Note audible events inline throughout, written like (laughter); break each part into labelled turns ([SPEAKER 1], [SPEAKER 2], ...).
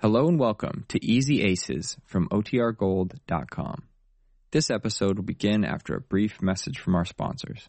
[SPEAKER 1] Hello and welcome to Easy Aces from OTRGold.com. This episode will begin after a brief message from our sponsors.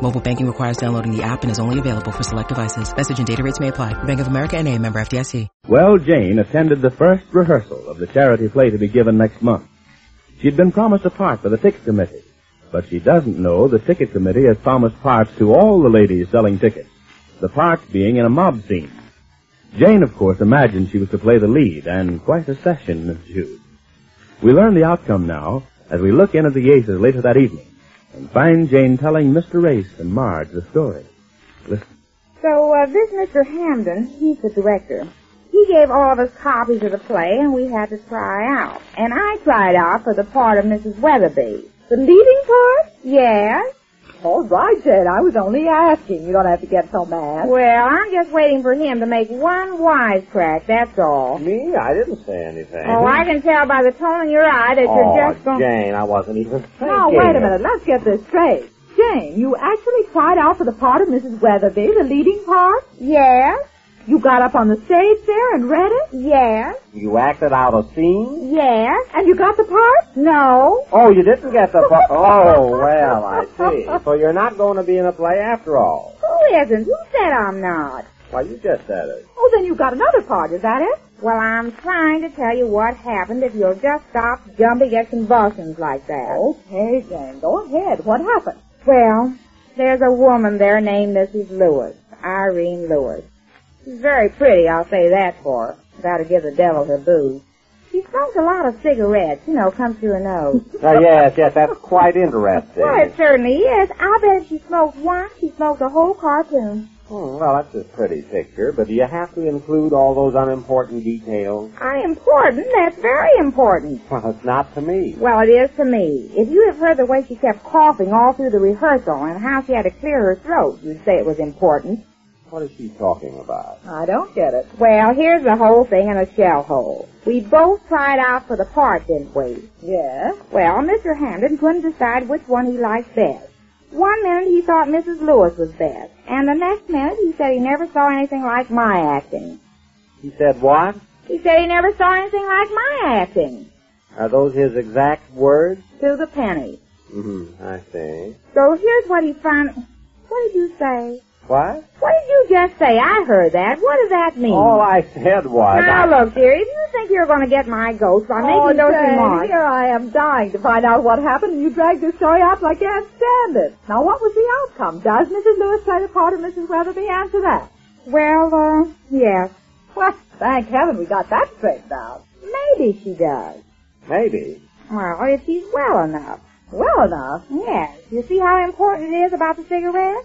[SPEAKER 2] Mobile banking requires downloading the app and is only available for select devices. Message and data rates may apply. Bank of America and a member FDIC.
[SPEAKER 3] Well, Jane attended the first rehearsal of the charity play to be given next month. She'd been promised a part for the ticket committee, but she doesn't know the ticket committee has promised parts to all the ladies selling tickets, the parts being in a mob scene. Jane, of course, imagined she was to play the lead, and quite a session ensued. We learn the outcome now as we look in at the aces later that evening and find Jane telling Mr. Race and Marge the story. Listen.
[SPEAKER 4] So, uh, this Mr. Hamden, he's the director. He gave all of us copies of the play and we had to try out. And I tried out for the part of Mrs. Weatherby.
[SPEAKER 5] The leading part?
[SPEAKER 4] Yes?
[SPEAKER 5] All right, Jane. I was only asking. You don't have to get so mad.
[SPEAKER 4] Well, I'm just waiting for him to make one wisecrack, that's all.
[SPEAKER 6] Me? I didn't say
[SPEAKER 5] Mm-hmm.
[SPEAKER 6] anything.
[SPEAKER 4] Oh, I can tell by the tone in your eye that you're
[SPEAKER 5] Oh,
[SPEAKER 4] just going...
[SPEAKER 6] Oh, Jane, I wasn't even thinking.
[SPEAKER 5] Now, wait a minute. Let's get this straight. Jane, you actually tried out for the part of Mrs. Weatherby, the leading part?
[SPEAKER 4] Yes?
[SPEAKER 5] You got up on the stage there and read it?
[SPEAKER 4] Yes?
[SPEAKER 6] You acted out a scene?
[SPEAKER 4] Yes?
[SPEAKER 5] And you got the part?
[SPEAKER 4] No?
[SPEAKER 6] Oh, you didn't get the... bu- oh, well, I see. So you're not going to be in a play after all.
[SPEAKER 4] Who isn't? Who said I'm not?
[SPEAKER 6] Why, you just said it.
[SPEAKER 5] Oh, then you got another part. Is that it?
[SPEAKER 4] Well, I'm trying to tell you what happened if you'll just stop jumping at convulsions like that.
[SPEAKER 5] Okay, Jane. Go ahead. What happened?
[SPEAKER 4] Well, there's a woman there named Mrs. Lewis, Irene Lewis. She's very pretty, I'll say that for her. Gotta give the devil her booze. She smokes a lot of cigarettes, you know, comes through her nose.
[SPEAKER 6] Now, Uh, yes, yes, that's quite interesting.
[SPEAKER 4] (laughs) well, it certainly is. I'll bet if she smoked one, she smoked a whole cartoon.
[SPEAKER 6] Hmm, well, that's a pretty picture, but do you have to include all those unimportant details?
[SPEAKER 4] I important, that's very important.
[SPEAKER 6] Well, it's not to me.
[SPEAKER 4] Well, it is to me. If you had heard the way she kept coughing all through the rehearsal and how she had to clear her throat, you'd say it was important.
[SPEAKER 6] What is she talking about?
[SPEAKER 5] I don't get it.
[SPEAKER 4] Well, here's the whole thing in a shell hole. We both tried out for the part, didn't we?
[SPEAKER 5] Yes?
[SPEAKER 4] Well, Mr. Hamden couldn't decide which one he liked best. One minute he thought Mrs. Lewis was best, and the next minute he said he never saw anything like my acting.
[SPEAKER 6] He said what?
[SPEAKER 4] He said he never saw anything like my acting.
[SPEAKER 6] Are those his exact words?
[SPEAKER 4] To the penny.
[SPEAKER 6] Mm-hmm, I see.
[SPEAKER 4] So here's what he found. What did you say?
[SPEAKER 6] What?
[SPEAKER 4] What did you just say? I heard that. What does that mean?
[SPEAKER 6] All I said was... I-
[SPEAKER 4] Hmm. now look, dear, if you think you're going to get my ghost by
[SPEAKER 5] oh,
[SPEAKER 4] making those
[SPEAKER 5] Jane,
[SPEAKER 4] remarks,
[SPEAKER 5] here I am dying to find out what happened, and you dragged this story out like I can't stand it. Now, what was the outcome? Does Mrs. Lewis play the part of Mrs. Weatherby? Answer that.
[SPEAKER 4] well, uh, yes,
[SPEAKER 5] Well, thank heaven we got that straightened out.
[SPEAKER 4] maybe she does.
[SPEAKER 6] Maybe.
[SPEAKER 4] Well, if she's well enough.
[SPEAKER 5] Well enough.
[SPEAKER 4] Yes. You see how important it is about the cigarette?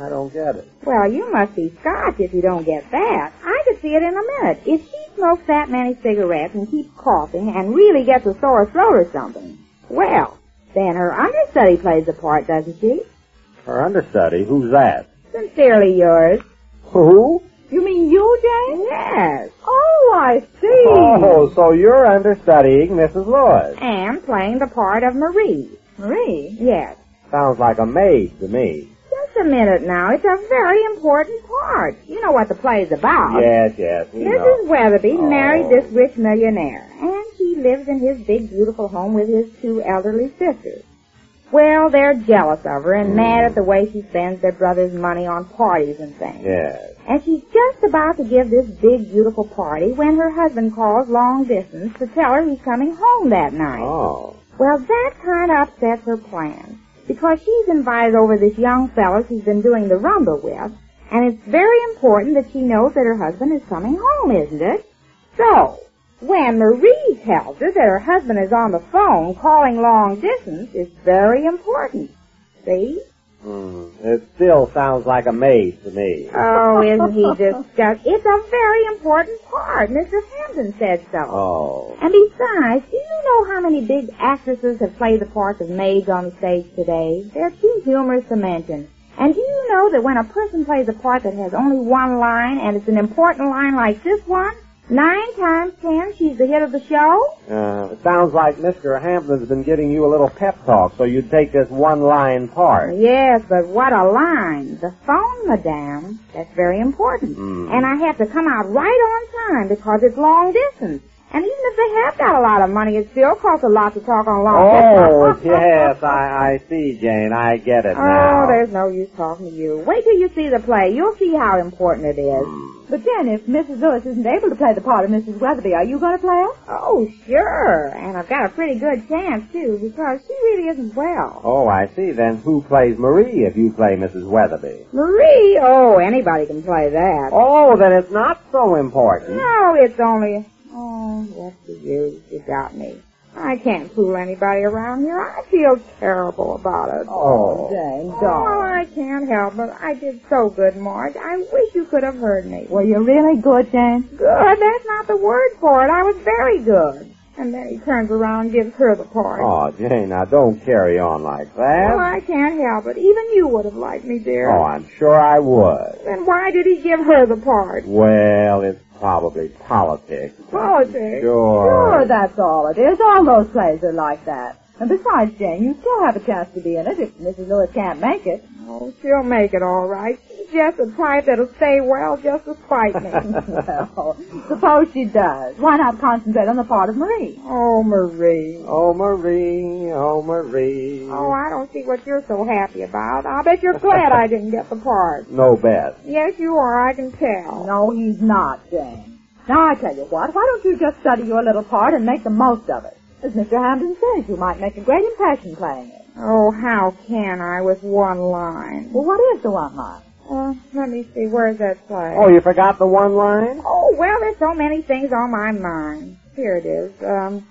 [SPEAKER 6] I don't get it.
[SPEAKER 4] Well, you must be Scotch if you don't get that. I could see it in a minute. If she smokes that many cigarettes and keeps coughing and really gets a sore throat or something, well, then her understudy plays the part, doesn't she?
[SPEAKER 6] Her understudy, who's that?
[SPEAKER 4] Sincerely yours.
[SPEAKER 6] Who?
[SPEAKER 5] You mean you, Jane?
[SPEAKER 4] Yes.
[SPEAKER 5] Oh, I see.
[SPEAKER 6] Oh, so you're understudying Mrs. Lewis.
[SPEAKER 4] And playing the part of Marie.
[SPEAKER 5] Marie?
[SPEAKER 4] Yes.
[SPEAKER 6] Sounds like a maid to me.
[SPEAKER 4] Just a minute now. It's a very important part. You know what the play's about.
[SPEAKER 6] Yes, yes, we
[SPEAKER 4] Mrs.
[SPEAKER 6] know.
[SPEAKER 4] Weatherby
[SPEAKER 6] Oh.
[SPEAKER 4] married this rich millionaire, and she lives in his big, beautiful home with his two elderly sisters. Well, they're jealous of her and mad at the way she spends their brother's money on parties and things.
[SPEAKER 6] Yes.
[SPEAKER 4] And she's just about to give this big, beautiful party when her husband calls long distance to tell her he's coming home that night.
[SPEAKER 6] Oh.
[SPEAKER 4] Well, that kind of upsets her plans because she's invited over this young fellow she's been doing the rumba with, and it's very important that she knows that her husband is coming home, isn't it? So, when Marie tells her that her husband is on the phone calling long distance, it's very important. See?
[SPEAKER 6] Hmm. It still sounds like a maze to me.
[SPEAKER 4] Oh, isn't (laughs) he just, just it's a very important part. Mrs. Hampton said so.
[SPEAKER 6] Oh.
[SPEAKER 4] And besides, do you know how many big actresses have played the parts of maids on the stage today? They're too humorous to mention. And do you know that when a person plays a part that has only one line and it's an important line like this one, nine times ten she's the hit of the show?
[SPEAKER 6] Uh, it sounds like Mr. Hampton's been giving you a little pep talk so you'd take this one line
[SPEAKER 4] (laughs)
[SPEAKER 6] part.
[SPEAKER 4] Yes, but what a line. The phone, madame. That's very important.
[SPEAKER 6] Mm.
[SPEAKER 4] And I have to come out right on time because it's long distance. And even if they have got a lot of money, it still costs a lot to talk on long
[SPEAKER 6] Oh,
[SPEAKER 4] distance.
[SPEAKER 6] yes, I, I see, Jane. I get it now.
[SPEAKER 4] Oh, there's no use talking to you. Wait till you see the play. You'll see how important it is.
[SPEAKER 5] But then, if Mrs. Lewis isn't able to play the part of Mrs. Weatherby, are you going to play her?
[SPEAKER 4] Oh, sure. And I've got a pretty good chance, too, because she really isn't well.
[SPEAKER 6] Oh, I see. Then who plays Marie if you play Mrs. Weatherby?
[SPEAKER 4] Marie? Oh, anybody can play that.
[SPEAKER 6] Oh, then it's not so important.
[SPEAKER 4] No, it's only... Oh, what's the use? You got me. I can't fool anybody around here. I feel terrible about it.
[SPEAKER 6] Oh.
[SPEAKER 5] Jane,
[SPEAKER 4] well,
[SPEAKER 5] darling.
[SPEAKER 4] I can't help it. I did so good, Marge. I wish you could have heard me.
[SPEAKER 5] Were you really good, Jane?
[SPEAKER 4] Good, that's not the word for it. I was very good. And then he turns around and gives her the part.
[SPEAKER 6] Oh, Jane, now don't carry on like
[SPEAKER 4] Well,
[SPEAKER 6] that.
[SPEAKER 4] Oh, I can't help it. Even you would have liked me, dear.
[SPEAKER 6] Oh, I'm sure I would.
[SPEAKER 4] Then why did he give her the part?
[SPEAKER 6] Well, it's probably politics. Sure.
[SPEAKER 4] Politics?
[SPEAKER 5] Sure, Oh, that's all it is. All those plays are like that. And besides, Jane, you still have a chance to be in it if Mrs. Lewis can't make it.
[SPEAKER 4] Oh, she'll make it all right. She's just the type that'll stay well just to spite me.
[SPEAKER 5] (laughs) well, suppose she does. Why not concentrate on the part of Marie?
[SPEAKER 4] oh, Marie.
[SPEAKER 6] Oh, Marie, oh, Marie.
[SPEAKER 4] Oh, I don't see what you're so happy about. I'll bet you're glad I didn't get the part.
[SPEAKER 6] No bet.
[SPEAKER 4] Yes, you are. I can tell.
[SPEAKER 5] No, he's not, Jane. Now I tell you what, why don't you just study your little part and make the most of it? As Mr. Hampton says, you might make a great impression playing it.
[SPEAKER 4] Oh, how can I with one line?
[SPEAKER 5] Well, what is the one line?
[SPEAKER 4] Uh, let me see. Where's that play?
[SPEAKER 6] Oh, you forgot the one line?
[SPEAKER 4] Oh, well, there's so many things on my mind. Here it is. Um,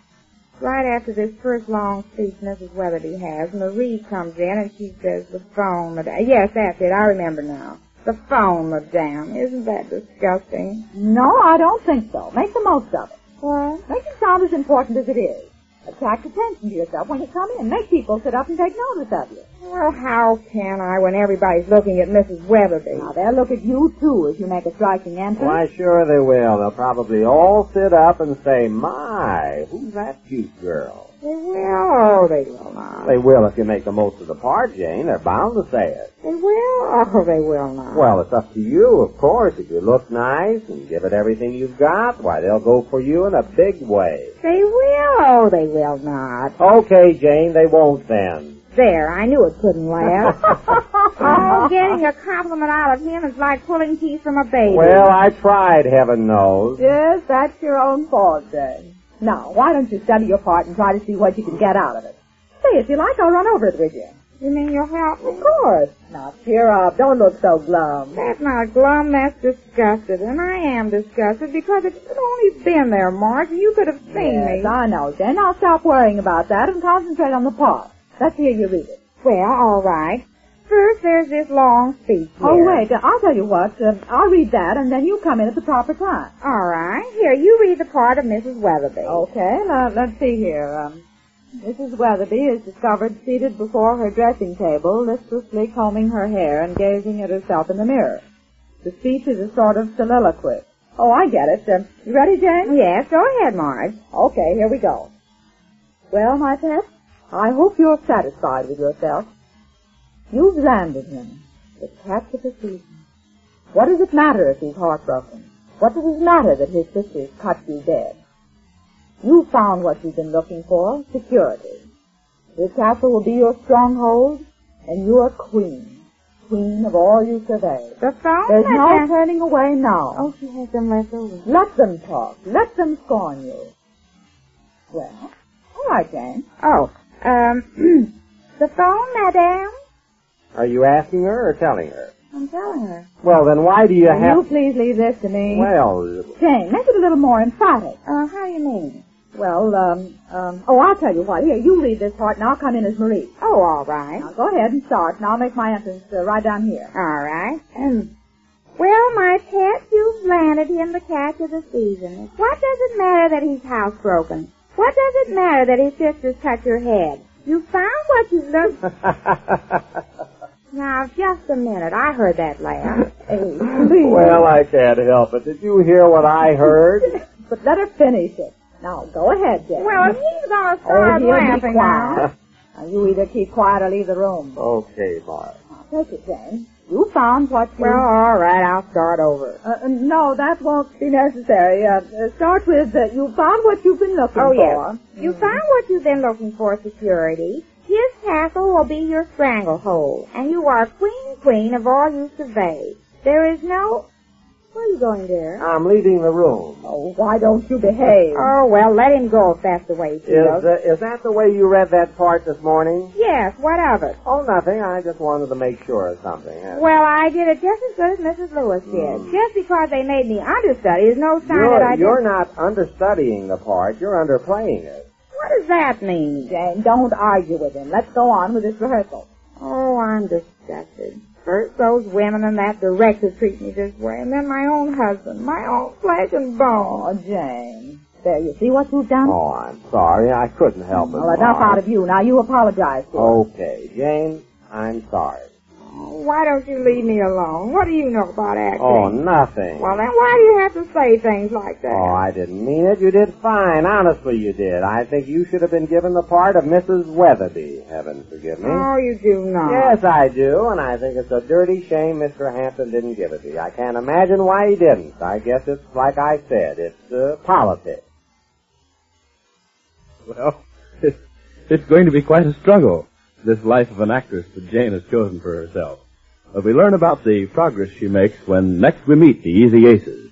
[SPEAKER 4] right after this first long speech Mrs. Weatherby has, Marie comes in and she says, the phone, madame. Yes, that's it. I remember now. The phone, madame. Isn't that disgusting?
[SPEAKER 5] No, I don't think so. Make the most of it.
[SPEAKER 4] What?
[SPEAKER 5] Make it sound as important as it is. Attract attention to yourself when you come in. Make people sit up and take notice of you.
[SPEAKER 4] Well, how can I when everybody's looking at Mrs. Weatherby?
[SPEAKER 5] Now they'll look at you too if you make a striking entrance.
[SPEAKER 6] Why, sure they will. They'll probably all sit up and say, my, who's that cute girl?
[SPEAKER 4] They will. Oh, they will not.
[SPEAKER 6] They will if you make the most of the part, Jane. They're bound to say it.
[SPEAKER 4] They will. Oh, they will not.
[SPEAKER 6] Well, it's up to you, of course. If you look nice and give it everything you've got, why, they'll go for you in a big way.
[SPEAKER 4] They will. Oh, they will not.
[SPEAKER 6] Okay, Jane, they won't then.
[SPEAKER 4] There, I knew it
[SPEAKER 6] (laughs)
[SPEAKER 4] couldn't last. oh, getting a compliment out of him is like pulling teeth from a baby.
[SPEAKER 6] Well, I tried, heaven knows.
[SPEAKER 5] Yes, that's your own fault, Jane. Now, why don't you study your part and try to see what you can get out of it? Say, if you like, I'll run over it with you.
[SPEAKER 4] you mean you'll help
[SPEAKER 5] Of
[SPEAKER 4] me?
[SPEAKER 5] course. Now, cheer up. Don't look so glum.
[SPEAKER 4] That's not glum, that's disgusted. And I am disgusted because if you'd only been there, Marge, you could have seen
[SPEAKER 5] Yes,
[SPEAKER 4] me.
[SPEAKER 5] I know, Jane. Now stop worrying about that and concentrate on the part. Let's hear you read it.
[SPEAKER 4] Well, all right. First, there's this long speech here.
[SPEAKER 5] Oh, wait. uh, I'll tell you what. Uh, I'll read that, and then you come in at the proper time.
[SPEAKER 4] All right. Here, you read the part of Mrs. Weatherby.
[SPEAKER 5] Okay, now, let's see here. Um, Mrs. Weatherby is discovered seated before her dressing table, listlessly combing her hair and gazing at herself in the mirror. The speech is a sort of soliloquy. Oh, I get it. Um, you ready, Jane?
[SPEAKER 4] Yes, go ahead, Marge.
[SPEAKER 5] Okay, here we go. Well, my pet, I hope you're satisfied with yourself. You've landed him, the catch of the season. What does it matter if he's heartbroken? What does it matter that his sisters cut you dead? You found what you've been looking for, security. Your castle will be your stronghold, and you are queen, queen of all you survey.
[SPEAKER 4] The phone?
[SPEAKER 5] There's no
[SPEAKER 4] madame.
[SPEAKER 5] turning away now.
[SPEAKER 4] Oh, she has them left over.
[SPEAKER 5] Let them talk. Let them scorn you. Well, all right, Jane.
[SPEAKER 4] Oh,
[SPEAKER 5] Um, (clears throat) the phone, madame?
[SPEAKER 6] Are you asking her or telling her?
[SPEAKER 5] I'm telling her.
[SPEAKER 6] Well, then why do you
[SPEAKER 4] Will you
[SPEAKER 6] have...
[SPEAKER 4] please leave this to me?
[SPEAKER 6] Well,
[SPEAKER 4] Jane, make it a little more emphatic.
[SPEAKER 5] Uh, how do you mean?
[SPEAKER 4] Well, um, um, oh, I'll tell you what. Here, you leave this part, and I'll come in as Marie.
[SPEAKER 5] Oh, all right.
[SPEAKER 4] Now, go ahead and start, and I'll make my entrance uh, right down here.
[SPEAKER 5] All right. Um, well, my pet, you've landed him the catch of the season. What does it matter that he's housebroken? What does it matter that his sisters touch her head? You found what you looked. (laughs) now, just a minute. I heard that (laughs) laugh.
[SPEAKER 4] Hey, please.
[SPEAKER 6] well, I can't help it. Did you hear what I heard?
[SPEAKER 4] But let her finish it. Now, go ahead, Jane.
[SPEAKER 5] Well, if he's gonna
[SPEAKER 4] oh,
[SPEAKER 5] start
[SPEAKER 4] dear, be
[SPEAKER 5] laughing now.
[SPEAKER 4] quiet. Now, you either keep quiet or leave the room.
[SPEAKER 6] okay, Mark.
[SPEAKER 4] Now, take it, Jane. You found what you...
[SPEAKER 5] Well, all right. I'll start over.
[SPEAKER 4] Uh, uh, no, that won't be necessary. Uh, uh, start with, uh, you found what you've been looking
[SPEAKER 5] Oh,
[SPEAKER 4] for.
[SPEAKER 5] yes. You found what you've been looking for, security. His castle will be your stranglehold, and you are queen, queen of all you survey. There is no... Where are you going there?
[SPEAKER 6] I'm leaving the room.
[SPEAKER 4] Oh, why don't you behave?
[SPEAKER 5] Oh, well, let him go if that's the way he feels.
[SPEAKER 6] Is, uh, is that the way you read that part this morning?
[SPEAKER 5] Yes, what of it?
[SPEAKER 6] Oh, nothing. I just wanted to make sure of something. Uh,
[SPEAKER 5] Well, I did it just as good as Mrs. Lewis did. Just because they made me understudy is no sign that
[SPEAKER 6] you're,
[SPEAKER 5] I did...
[SPEAKER 6] you're not understudying the part. You're underplaying it.
[SPEAKER 5] What does that mean?
[SPEAKER 4] Jane, don't argue with him. Let's go on with this rehearsal.
[SPEAKER 5] Oh, I'm disgusted. First those women and that director treat me this way, and then my own husband, my own flesh and bone.
[SPEAKER 4] Oh, Jane. There, you see what you've done?
[SPEAKER 6] Oh, I'm sorry. I couldn't help it.
[SPEAKER 4] Um, well, enough
[SPEAKER 6] Mark.
[SPEAKER 4] out of you. Now, you apologize. to him.
[SPEAKER 6] (laughs) Okay, Jane, I'm sorry.
[SPEAKER 5] Oh, Why don't you leave me alone? What do you know about acting?
[SPEAKER 6] Oh, nothing.
[SPEAKER 5] Well, then why do you have to say things like that?
[SPEAKER 6] Oh, I didn't mean it. You did fine. Honestly, you did. I think you should have been given the part of Mrs. Weatherby. Heaven forgive
[SPEAKER 4] Oh,
[SPEAKER 6] me.
[SPEAKER 5] No, you do not.
[SPEAKER 6] Yes, I do, and I think it's a dirty shame Mr. Hampton didn't give it to you. I can't imagine why he didn't. I guess it's like I said, it's uh, politics.
[SPEAKER 7] Well, (laughs) it's, it's going to be quite a struggle, this life of an actress that Jane has chosen for herself. But we learn about the progress she makes when next we meet the Easy Aces.